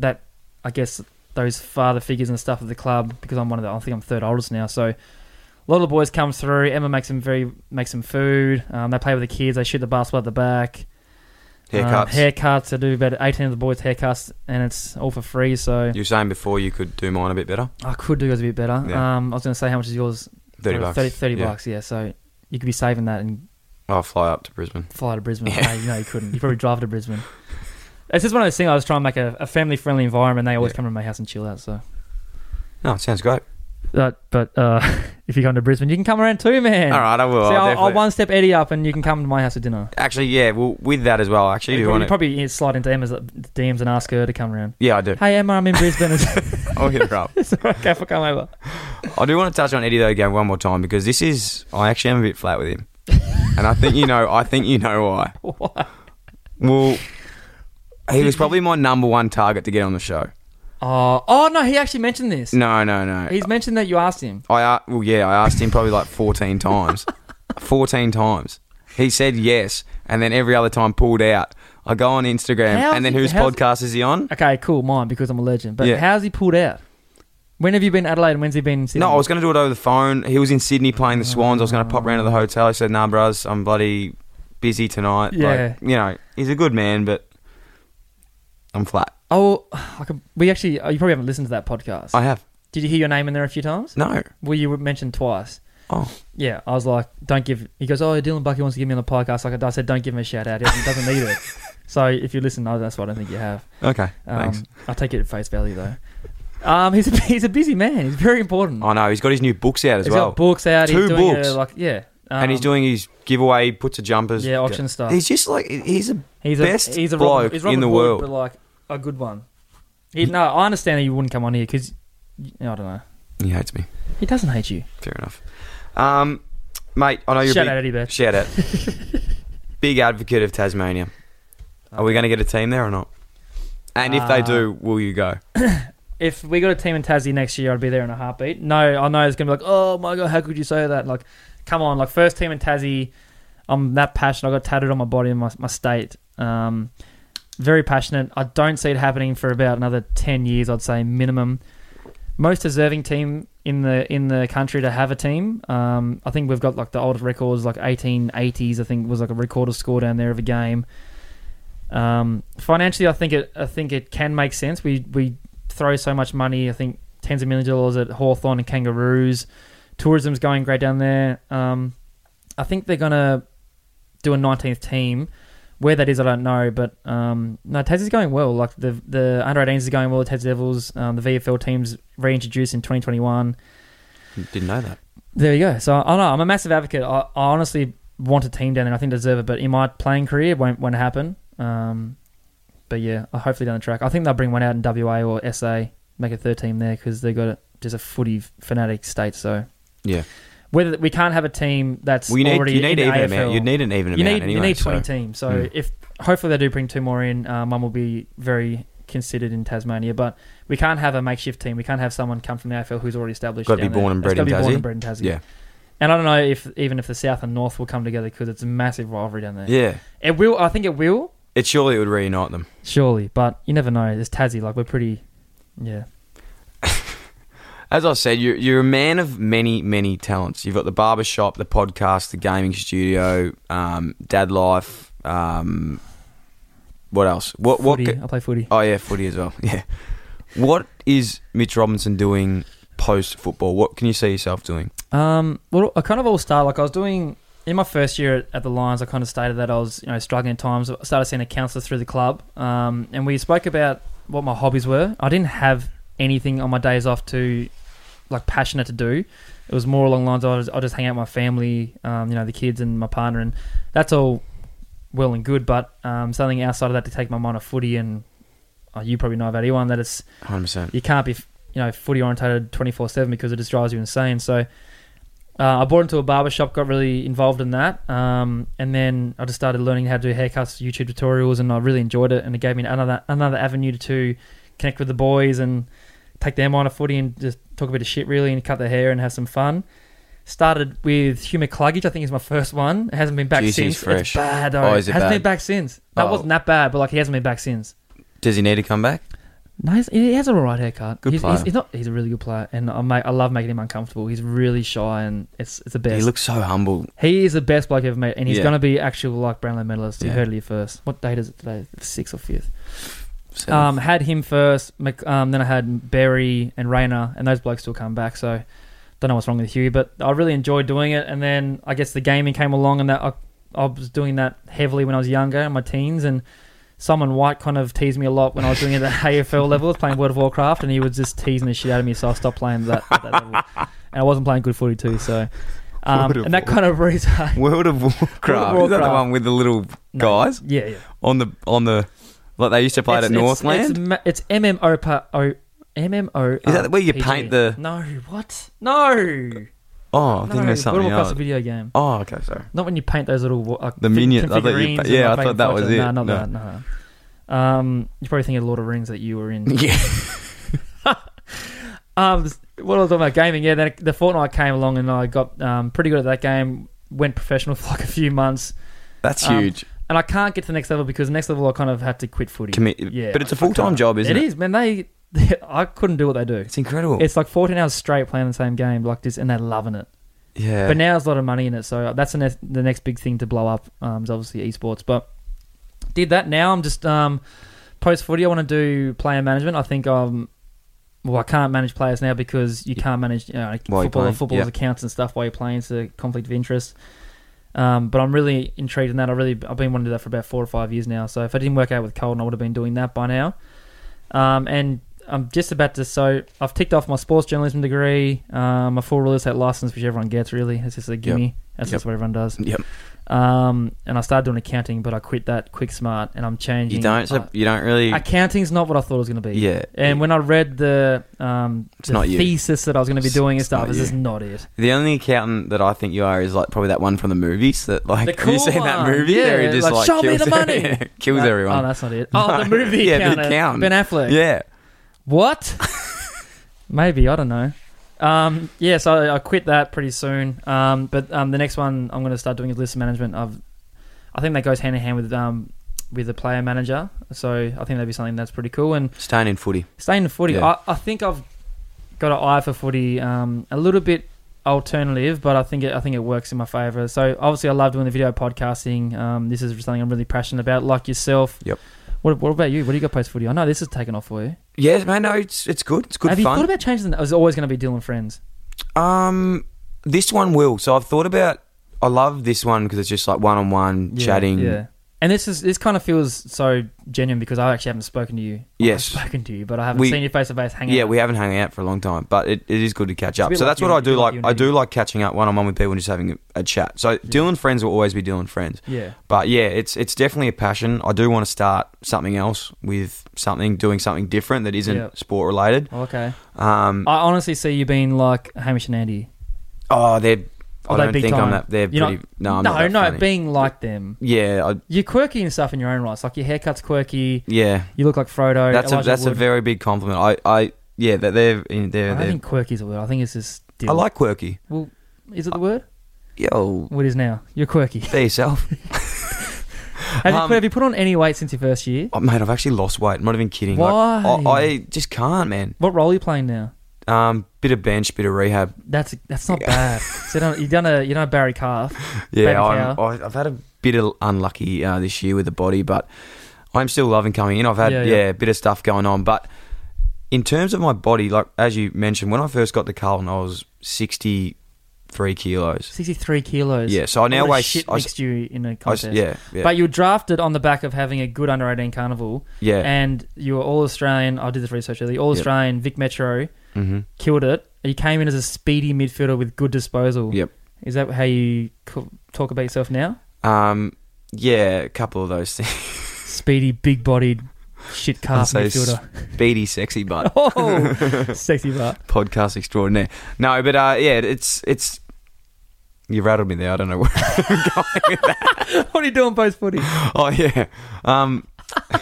C: that. I guess those father figures and stuff of the club because I'm one of the I think I'm third oldest now, so. A lot of the boys come through. Emma makes them very makes them food. Um, they play with the kids. They shoot the basketball at the back. Um,
A: Haircuts.
C: haircuts. I do about eighteen of the boys haircuts, and it's all for free. So
A: you were saying before you could do mine a bit better.
C: I could do yours a bit better.
A: Yeah.
C: Um, I was going to say how much is yours?
A: Thirty
C: Uh,
A: bucks.
C: 30, 30
A: yeah.
C: bucks. Yeah. So you could be saving that and
A: I'll fly up to Brisbane.
C: fly to Brisbane.
A: Yeah.
C: No, no, you couldn't. You probably drive to Brisbane. It's just one of those things. I was trying to make a, a family friendly environment. They always
A: Yeah.
C: come to my house and chill out. So,
A: No, Oh, it sounds great.
C: but, but uh, if you come to Brisbane, you can come around too, man.
A: All right, I will.
C: See,
A: I'll
C: I'll, I'll
A: definitely-
C: one step Eddie up, and you can come to my house for dinner.
A: Actually, yeah. Well, with that as well, I actually,
C: You
A: do
C: probably,
A: want to.
C: probably slide into Emma's DMs and ask her to come around.
A: Yeah, I do.
C: Hey Emma, I'm in Brisbane.
A: I'll hit her up.
C: it's okay for come over.
A: I do want to touch on Eddie though again one more time because this is. I actually am a bit flat with him, and I think you know. I think you know why.
C: Why?
A: Well, he was probably my number one target to get on the show.
C: Oh, oh no, he actually mentioned this.
A: No, no, no.
C: He's mentioned that you asked him.
A: I a- well, yeah, I asked him probably like fourteen times, fourteen times. He said yes, and then every other time pulled out. I go on Instagram,
C: How's
A: and then
C: he-
A: whose
C: how's-
A: podcast is he on?
C: Okay, cool, mine because I'm a legend. But
A: Yeah.
C: how's he pulled out? When have you been in Adelaide and when's he been? In Sydney?
A: No, I was going to do it over the phone. He was in Sydney playing the Swans. I was going to pop round to the hotel. I said, "Nah, bros, I'm bloody busy tonight."
C: Yeah.
A: like, you know, he's a good man, but I'm flat.
C: Oh, I could, we actually. Oh, you probably haven't listened to that podcast.
A: I have
C: Did you hear your name in there a few times?
A: no.
C: Well, you were mentioned twice.
A: Oh,
C: Yeah, I was like, don't give. He goes, oh, Dylan Bucky wants to give me on the podcast. Like I said, don't give him a shout out. He doesn't- doesn't need it. So if you listen, no, that's what I don't think you have.
A: okay,
C: Um,
A: thanks.
C: I take it at face value though. Um, he's a, he's a busy man. He's very important.
A: I know he's got his new books out as
C: He's
A: well,
C: got books out.
A: Two
C: he's doing
A: books.
C: A, like yeah, um,
A: and he's doing his giveaway. Puts a jumpers.
C: yeah auction stuff.
A: He's just like he's a
C: he's
A: best
C: he's a
A: bloke
C: Robin, he's Robin
A: in the
C: Hood,
A: world.
C: but like a good one. He, no, I understand that you wouldn't come on here because I don't know.
A: he hates me.
C: He doesn't hate you.
A: Fair enough, um, mate. I know you're
C: Shout
A: a
C: out
A: big,
C: Eddie Betts.
A: shout out. big advocate of Tasmania. Are we going to get a team there or not? And if they
C: Uh,
A: do, will you go?
C: If we got a team in Tassie next year, I'd be there in a heartbeat. No, I know it's gonna be like, oh my god, how could you say that? Like, come on, like first team in Tassie. I'm that passionate. I got tatted on my body in my, my state. Um, very passionate. I don't see it happening for about another ten years. I'd say minimum. Most deserving team in the in the country to have a team. Um, I think we've got like the oldest records, like 1880s. I think was like a record of score down there of a game. Um, financially, I think it I think it can make sense. We we throw so much money. I think tens of millions of dollars at Hawthorn and Kangaroos. Tourism's going great down there. Um, I think they're gonna do a 19th team. Where that is, I don't know, but um, no, Tassie's going well. Like the the under 18s is going well. The Tassie Devils, um, the VFL teams reintroduced in 2021.
A: Didn't know that.
C: There you go. So I don't know. I'm a massive advocate. I, I honestly want a team down there. I think they deserve it, but in my playing career, it won't, won't happen. Um, but yeah, uh, hopefully down the track. I think they'll bring one out in WA or SA, make a third team there because they've got a, just a footy fanatic state. So
A: Yeah.
C: whether we can't have a team that's
A: Well, you need,
C: already
A: you need
C: in
A: even
C: the AFL.
A: amount. You'd need an even
C: You
A: amount
C: need,
A: anyway.
C: you need 20
A: so-
C: teams. So
A: Mm.
C: if hopefully they do bring two more in, uh, mum will be very considered in Tasmania. But we can't have a makeshift team. We can't have someone come from the AFL who's already established.
A: Gotta be
C: down there.
A: born and
C: It's
A: bred
C: gotta
A: in
C: be born
A: Tassie.
C: and bred in Tassie.
A: Yeah.
C: And I don't know if even if the South and North will come together because it's a massive rivalry down there.
A: Yeah.
C: It will. I think it will.
A: It surely would reunite them.
C: Surely, but you never know. It's Tassie. Like we're pretty. Yeah.
A: As I said, you're, you're a man of many, many talents. You've got the barber shop, the podcast, the gaming studio, um, dad life. Um, what else? What? What?
C: footy.
A: ca-
C: I play footy.
A: oh yeah, footy as well. Yeah. What is Mitch Robinson doing post football? What can you see yourself doing?
C: Um, well, I kind of all started like I was doing in my first year at, at the Lions. I kind of stated that I was you know struggling at times. I started seeing a counsellor through the club, um, and we spoke about what my hobbies were. I didn't have anything on my days off to like passionate to do. It was more along the lines of I just, I just hang out with my family, um, you know, the kids and my partner, and that's all well and good. But um, something outside of that to take my mind off footy, and oh, you probably know about anyone that it's
A: 100. percent
C: you can't be you know footy orientated 24 7 because it just drives you insane so uh, I bought into a barber shop, got really involved in that, um, and then I just started learning how to do haircuts, YouTube tutorials, and I really enjoyed it. And it gave me another another avenue to, to connect with the boys and take their mind off footy and just talk a bit of shit really and cut their hair and have some fun. Started with Huma Kluggage, I think is my first one. It hasn't been back
A: Jeez, he's
C: since.
A: fresh.
C: It's bad though.
A: Oh, is it
C: hasn't
A: bad?
C: been back since. That
A: Oh.
C: wasn't that bad, but like he hasn't been back since.
A: Does he need to come back?
C: No, he's, he has an alright haircut.
A: Good
C: he's,
A: player.
C: He's, he's not. He's a really good player, and I make, I love making him uncomfortable. He's really shy, and it's it's the best.
A: He
C: He,
A: looks so humble.
C: is the best bloke I've ever met, and he's
A: Yeah.
C: going to be actual like Brownlow medalist. You
A: Yeah.
C: heard it here first. What date is it today? The Sixth or fifth?
A: So-
C: Um, had him first. Mc- Um, then I had Barry and Rayner, and those blokes still come back. So don't know what's wrong with Hugh, but I really enjoyed doing it. And then I guess the gaming came along, and that I, I was doing that heavily when I was younger in my teens. And Simon White kind of teased me a lot when I was doing it at AFL level, I was playing World of Warcraft, and he was just teasing the shit out of me. So I stopped playing that, at that level, and I wasn't playing good footy too. So um,
A: World of
C: and that kind of reason.
A: World of Warcraft. Is that the
C: Warcraft.
A: one with the little guys
C: yeah, yeah.
A: on the on the like they used to play it at Northland?
C: It's, ma- it's MMO. Pa- o- MMO.
A: Is that where you paint the-
C: No, what? No.
A: oh, I
C: no.
A: think there's something
C: World of Warcraft's
A: else.
C: a video game.
A: Oh, okay, sorry.
C: Not when you paint those little wa- uh,
A: The
C: fi-
A: minions. I thought you
C: figurines
A: pa-
C: and,
A: yeah, I
C: like,
A: thought
C: painting
A: that was
C: photos.
A: it.
C: No, not
A: No.
C: that. No. no. Um, you're probably thinking of Lord of Rings that you were in.
A: Yeah.
C: Um, what I was talking about gaming, yeah. Then the Fortnite came along and I got um, pretty good at that game. Went professional for like a few months,
A: That's
C: Um,
A: huge.
C: and I can't get to the next level because the next level I kind of had to quit footy.
A: Commit.
C: yeah,
A: but it's a
C: I
A: full time
C: can't.
A: job, isn't it?
C: It is, man. They, I couldn't do what they do.
A: It's incredible.
C: It's like 14 hours straight playing the same game like this, and they're loving it.
A: yeah.
C: But now there's a lot of money in it, so that's the next, the next big thing to blow up. Um, is obviously esports, but did that. Now I'm just um, post footy. I want to do player management. I think um, well, I can't manage players now because you can't manage you know,
A: While you're
C: football
A: playing,
C: footballers
A: yeah.
C: accounts and stuff while you're playing. It's a conflict of interest. Um, but I'm really intrigued in that. I really I've been wanting to do that for about four or five years now. So if I didn't work out with Colton, I would have been doing that by now. Um, and I'm just about to. So I've ticked off my sports journalism degree, um, my full real estate license, which everyone gets. Really, it's just a gimme. That's
A: Yep.
C: just what everyone does.
A: Yep.
C: Um, and I started doing accounting, but I quit that quick smart, and I'm changing.
A: you don't. So
C: uh,
A: you don't really.
C: accounting's not what I thought it was going to be.
A: yeah.
C: And when I read the um
A: It's
C: the
A: not you.
C: thesis that I was going to be
A: It's-
C: doing and
A: it's
C: stuff,
A: not
C: it's
A: you.
C: just not it.
A: the only accountant that I think you are is like probably that one from the movies that like
C: The
A: have you
C: cool
A: seen that
C: one.
A: movie?
C: Yeah,
A: There he just
C: like,
A: like
C: "Show me
A: kills
C: the money!"
A: yeah, kills
C: Like, Oh,
A: everyone.
C: that's not it. Oh, the
A: No.
C: movie
A: Yeah, The
C: accountant.
A: Accountant.
C: Ben Affleck.
A: yeah.
C: What? Maybe I don't know. Um, yeah, so I, I quit that pretty soon. Um, but um, the next one I'm going to start doing is list management. I've, I think that goes hand in hand with um, with the player manager. So I think that'd be something that's pretty cool. And
A: Staying in footy.
C: staying in footy,
A: Yeah.
C: I, I think I've got an eye for footy um, a little bit alternative, but I think it, I think it works in my favor. So obviously, I love doing the video podcasting. Um, this is something I'm really passionate about, like yourself.
A: Yep.
C: What, what about you? What do you got post footy? I know this is taken off for you.
A: Yes, man. No, it's it's good. It's good
C: Have you
A: fun.
C: thought about changing? The, it was always going to be Dylan Friends.
A: um, this one will. So I've thought about. I love this one because it's just like one on one
C: Yeah,
A: chatting.
C: Yeah. And this is this kind of feels so genuine because I actually haven't spoken to you.
A: Yes.
C: I've spoken to you, but I haven't
A: We-
C: seen you face to face. Hanging.
A: Yeah,
C: out.
A: we haven't hung out for a long time, but it, it is good to catch
C: a
A: up.
C: bit
A: So
C: like
A: that's what
C: uni-
A: I do
C: bit like
A: like. I do
C: uni.
A: like catching up one on one with people and just having a, a chat. So Dylan friends will always be Dylan friends.
C: Yeah.
A: But yeah, it's it's definitely a passion. I do want to start something else with something doing something different that isn't
C: Yeah.
A: sport related.
C: Oh, Okay.
A: Um,
C: I honestly see you being like Hamish and Andy.
A: oh, they're. I
C: Are they
A: don't
C: big
A: think
C: time?
A: I'm that. They're
C: You're
A: pretty. no, I'm
C: no,
A: not that
C: no,
A: funny.
C: being like them.
A: yeah, I,
C: You're quirky and stuff in your own rights. Like your haircut's quirky.
A: yeah.
C: You look like Frodo.
A: That's a
C: Elijah
A: that's a
C: Wood.
A: very big compliment. I, I yeah, that they're in
C: I
A: they're,
C: don't
A: they're
C: think quirky is a word. I think it's just.
A: I like quirky.
C: Well, is it the word?
A: Yo,
C: What is now? You're quirky.
A: be yourself.
C: Have, you
A: Um,
C: put, have you put on any weight since your first year?
A: Oh, mate, I've actually lost weight. I'm not even kidding. Like, I,
C: Why?
A: I just can't, man.
C: What role are you playing now?
A: Um, bit of bench, bit of rehab.
C: That's that's not bad. So you don't, you done a you done a Barry Calf. Baby
A: Yeah, I'm,
C: cow.
A: I- I've had a bit of unlucky uh, this year with the body, but I'm still loving coming in. I've had
C: Yeah,
A: yeah,
C: yeah.
A: a bit of stuff going on, but in terms of my body, like as you mentioned, when I first got to Carlton, I was 63 kilos.
C: Sixty three kilos.
A: Yeah, so I now
C: What a
A: weigh-
C: shit
A: I-
C: mixed you in a
A: I was-
C: contest.
A: yeah, yeah,
C: But you were drafted on the back of having a good under eighteen carnival,
A: yeah.
C: and you were all Australian. I did this research earlier. All
A: Yep.
C: Australian. Vic Metro
A: hmm
C: killed it. You came in as a speedy midfielder with good disposal.
A: Yep.
C: Is that how you co- talk about yourself now?
A: Um, yeah, a couple of those things.
C: Speedy, big bodied, shit calf
A: I'd say
C: midfielder.
A: Beady, sexy, but
C: oh, sexy butt.
A: podcast extraordinaire. No, but uh, yeah, it's it's. You rattled me there. I don't know. where-
C: What are you doing post footy?
A: oh yeah. Um,
C: I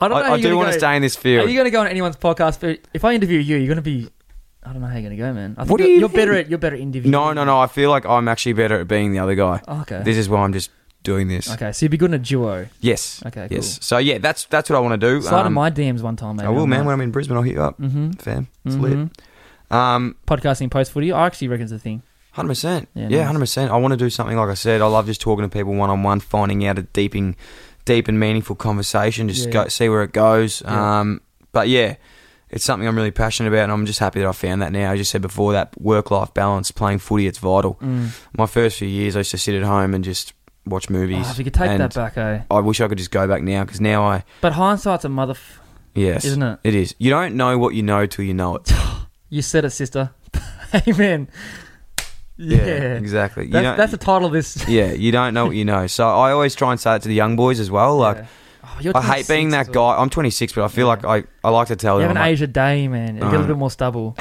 A: I,
C: don't know.
A: I,
C: how you're
A: do
C: gonna
A: want to
C: go.
A: stay in this
C: Are
A: field.
C: you going to go on anyone's podcast? But if I interview you, you're going to be. I don't know how you're going to go, man. I think
A: What do
C: you're,
A: you
C: are better
A: think?
C: at you're better at interviewing.
A: no, no, no. I feel like I'm actually better at being the other guy.
C: Oh, okay.
A: This is why I'm just doing this.
C: okay, so you'd be good in a duo.
A: Yes.
C: Okay, cool.
A: Yes. So yeah, that's that's what I want to do.
C: Slide in
A: Um,
C: my DMs one time, mate.
A: I will, man. When I'm in Brisbane, I'll hit you up,
C: Mm-hmm.
A: fam. It's
C: hmm
A: lit. Um,
C: Podcasting post footy, I actually reckon it's a thing.
A: hundred percent.
C: Yeah,
A: Yeah,
C: nice.
A: hundred percent. I want to do something like I said. I love just talking to people one on one, finding out a deeping, deep and meaningful conversation. Just
C: Yeah.
A: go see where it goes.
C: Yeah.
A: Um, but yeah, it's something I'm really passionate about, and I'm just happy that I found that now. I just said before that work life balance, playing footy, it's vital.
C: Mm.
A: My first few years, I used to sit at home and just watch movies.
C: Oh, if we could take
A: and
C: that back, eh?
A: I wish I could just go back now because now I
C: But hindsight's a mother, f-
A: yes,
C: isn't it?
A: it is. You don't know what you know till you know it.
C: You said it, sister. Amen. Yeah,
A: exactly. You
C: That's,
A: don't-
C: that's the title of this.
A: yeah, you don't know what you know. So I always try and say that to the young boys as well. Like
C: Yeah. Oh, you're
A: I hate
C: 26
A: being
C: as
A: that
C: well.
A: guy. I'm 26, but I feel
C: Yeah.
A: like I, I like to tell
C: You have
A: them
C: an
A: I'm like,
C: Asia day, man. You get a
A: Uh,
C: little bit more stubble.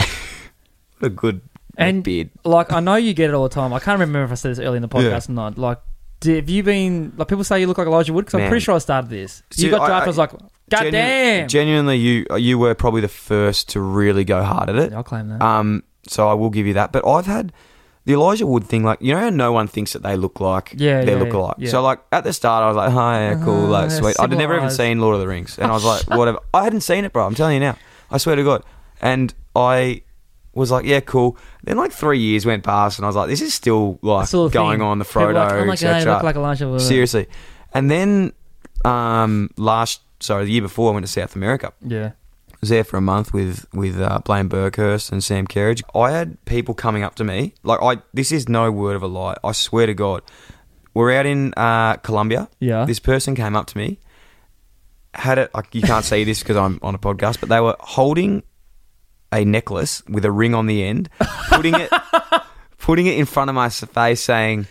A: what a good
C: And-
A: beard.
C: like I know you get it all the time. I can't remember if I said this early in the podcast or not. Like, do, have you been like people say you look like Elijah Wood? Because I'm
A: Man.
C: pretty sure I started this.
A: See,
C: you got
A: I-
C: drafted. I,
A: I-
C: was like, God
A: Genu-
C: damn.
A: Genuinely, you you were probably the first to really go hard at it.
C: Yeah, I'll claim that.
A: Um, so I will give you that. But I've had the Elijah Wood thing. Like you know, how no one thinks that they look like
C: Yeah,
A: they
C: yeah,
A: look
C: yeah,
A: alike.
C: yeah.
A: So like at the start, I was like, "Hi, yeah, cool,
C: Uh-huh,
A: like sweet." I'd never even
C: civilized.
A: seen Lord of the Rings, and I was like, "Whatever." I hadn't seen it, bro. I'm telling you now. I swear to God. And I was like, "Yeah, cool." Then like three years went past, and I was like, "This is still like
C: That's all the
A: going
C: thing.
A: on." The
C: People are
A: Frodo,
C: like, oh my god, you
A: etc.
C: look like Elijah Wood.
A: Seriously. And then um, last, sorry, the year before, I went to South America
C: Yeah.
A: was there for a month with with uh, Blaine Burkhurst and Sam Kerridge. I had people coming up to me like I. This is no word of a lie. I swear to God, we're out in uh, Colombia.
C: Yeah.
A: This person came up to me, had it. Like, you can't see this because I'm on a podcast, but they were holding a necklace with a ring on the end, putting it putting it in front of my s- face, saying,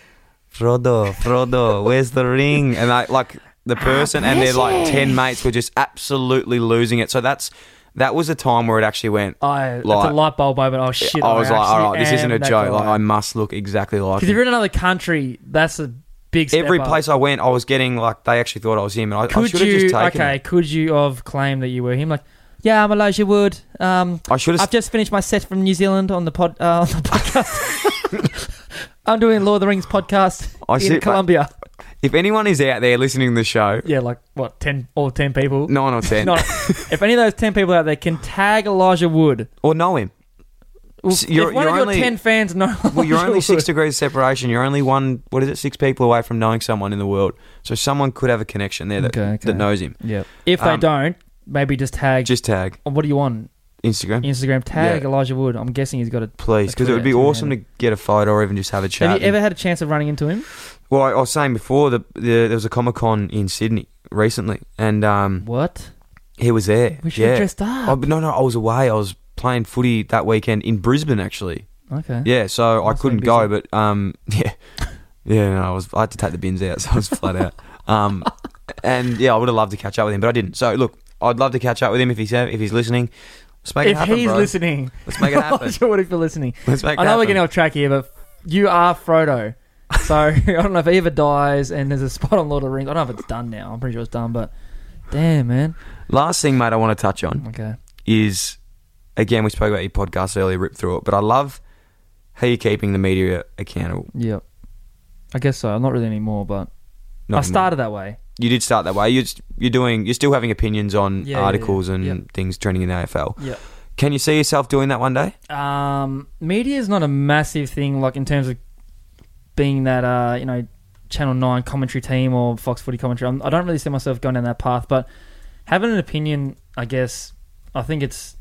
A: "Frodo, Frodo, where's the ring?" And I like
C: Ah,
A: the person and their like ten mates were just absolutely losing it. So that's that was a time where it actually went.
C: I it's a
A: Like-
C: light bulb moment. Oh shit!
A: I was like, "All right, this isn't a joke. Like, I
C: Because
A: must look exactly like."
C: if
A: him."
C: you're in another country, that's a big. Step
A: Every
C: up.
A: place I went, I was getting like they actually thought I was him, and I, I
C: Could
A: should have
C: you?
A: just taken
C: okay.
A: it.
C: Could you have claimed that you were him? Like, yeah, I'm Elijah Wood. Um,
A: I should have.
C: I've just finished my set from New Zealand on the pod uh, on the podcast. I'm doing Lord of the Rings podcast
A: I
C: in
A: see it, mate.
C: Colombia.
A: If anyone is out there listening to the show,
C: Yeah, like what ten or ten people.
A: nine or ten,
C: Not- if any of those ten people out there can tag Elijah Wood
A: or know him,
C: Well,
A: S- you're-
C: if one
A: you're
C: of your
A: only-
C: ten fans know,
A: Well, you're only six degrees separation. You're only one. What is it? Six people away from knowing someone in the world. So someone could have a connection there that,
C: Okay, okay.
A: that knows him.
C: Yeah. If they
A: Um,
C: don't, maybe just tag. oh,
A: Just tag
C: what do you want?
A: Instagram,
C: Instagram tag
A: Yeah.
C: Elijah Wood. I'm guessing he's got a.
A: please, because it would be
C: Twitter,
A: awesome to get a photo or even just have a chat.
C: Have you
A: and-
C: ever had a chance of running into him?
A: well, I, I was saying before the, the there was a Comic Con in Sydney recently, and um,
C: What?
A: he was there.
C: We should
A: yeah.
C: have dressed up.
A: Oh, but no, no, I was away. I was playing footy that weekend in Brisbane, actually.
C: okay.
A: Yeah, so I
C: Must have
A: couldn't
C: been
A: go,
C: busy.
A: but um, yeah, yeah, no, I was. I had to take the bins out, so I was flat out. Um, and yeah, I would have loved to catch up with him, but I didn't. So look, I'd love to catch up with him if he's if he's listening. Let's make it
C: If
A: happen,
C: he's
A: bro.
C: listening,
A: Let's make it happen.
C: Elijah Wood, if you're listening,
A: Let's make it
C: I know we're
A: happen.
C: getting off track here, but you are Frodo. So I don't know if he ever dies and there's a spot on Lord of the Rings. I don't know if it's done now. I'm pretty sure it's done, but damn, man.
A: Last thing, mate, I want to touch on
C: Okay.
A: is again we spoke about your podcast earlier, rip through it, but I love how you're keeping the media accountable.
C: Yep. I guess so. Not really anymore, but
A: Not
C: I
A: anymore.
C: started that way.
A: You did start that way. You're, just- you're doing. You're still having opinions on
C: Yeah, yeah,
A: articles
C: yeah.
A: and
C: Yep.
A: things trending in the AFL.
C: Yep.
A: Can you see yourself doing that one day?
C: Um, media is not a massive thing, like in terms of being that uh, you know Channel Nine commentary team or Fox Footy commentary. I'm, I don't really see myself going down that path, but having an opinion, I guess, I think it's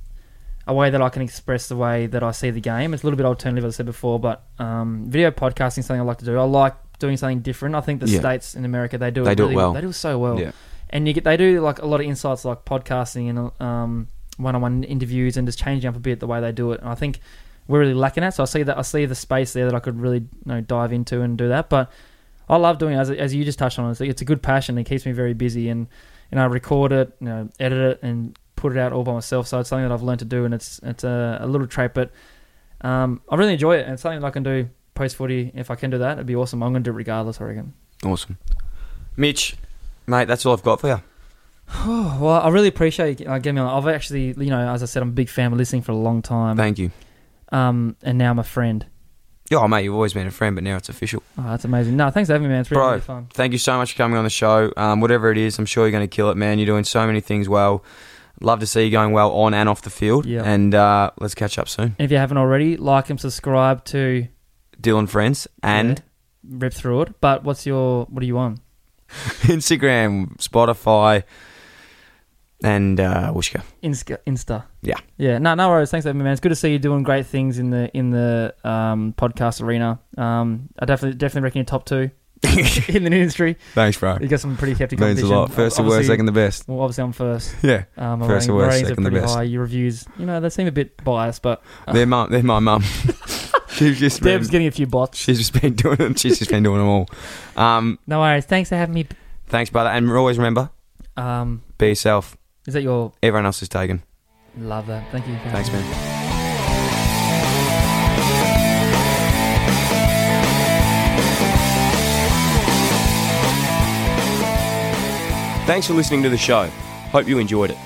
C: a way that I can express the way that I see the game. It's a little bit alternative, as I said before, but um, video podcasting is something I like to do. I like doing something different. I think the
A: Yeah.
C: states in America they do
A: They do it
C: really-
A: well.
C: They do it so well and you get they do like a lot of insights like podcasting and um, one-on-one interviews and just changing up a bit the way they do it and i think we're really lacking that so i see that i see the space there that i could really you know dive into and do that but i love doing it as, as you just touched on it's, it's a good passion it keeps me very busy and and i record it you know edit it and put it out all by myself so it's something that i've learned to do and it's it's a, a little trait but um, i really enjoy it and it's something that i can do post footy if i can do that it'd be awesome i'm going to do it regardless i reckon
A: Awesome. Mitch, mate, that's all I've got for you.
C: Oh, well, I really appreciate you uh, getting me on. I've actually, you know, as I said, I'm a big fan of listening for a long time.
A: Thank you.
C: Um, and now I'm a friend.
A: Oh, mate, you've always been a friend, but now it's official.
C: Oh, that's amazing. No, thanks for having me, man. It's really,
A: Bro.
C: really fun.
A: Thank you so much for coming on the show. Um, whatever it is, I'm sure you're going to kill it, man. You're doing so many things well. Love to see you going well on and off the field.
C: Yeah.
A: And uh, let's catch up soon.
C: And if you haven't already, like and subscribe to
A: Dylan Friends and
C: Yeah, Rip Through It. But what's your what are you on?
A: Instagram, Spotify, and uh, Wooshka.
C: Insta, Insta.
A: Yeah.
C: Yeah. No, no worries. Thanks for having me, man. It's good to see you doing great things in the in the um, podcast arena. Um, I definitely definitely reckon you're top two in the industry.
A: Thanks, bro.
C: You got some pretty hefty competition. Obviously-
A: the best.
C: Well, obviously I'm first.
A: Yeah.
C: Um, my
A: First
C: rating-
A: the worst,
C: my ratings are
A: second the
C: pretty
A: best.
C: high. Your reviews, you know, they seem a bit biased, but
A: They're, mum, they're my mum. She's just
C: Ah. Deb's getting a few bots.
A: She's just been doing them. She's just been doing them all. Um,
C: No worries. Thanks for having me.
A: thanks, brother. And always remember,
C: Um,
A: be yourself.
C: is that your
A: Everyone else is taken.
C: love? That thank you.
A: Thanks, man.
D: Thanks for listening to the show. Hope you enjoyed it.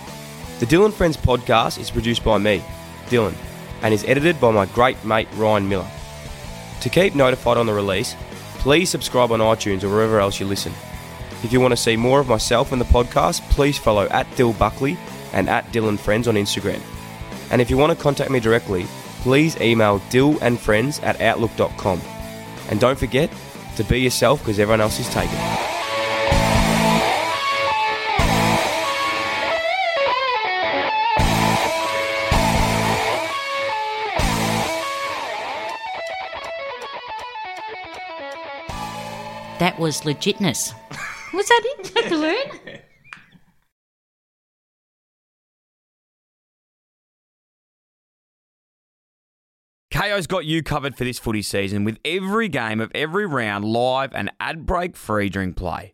D: The Dylan Friends podcast is produced by me, Dylan, and is edited by my great mate Ryan Miller. To keep notified on the release, please subscribe on iTunes or wherever else you listen. If you want to see more of myself and the podcast, please follow at Dill Buckley and at Dylan Friends on Instagram. And if you want to contact me directly, please email dillandfriends at outlook.com. And don't forget to be yourself because everyone else is taken.
B: That was legitness. Was that it? Did I learn?
E: KO's got you covered for this footy season with every game of every round live and ad break free during play.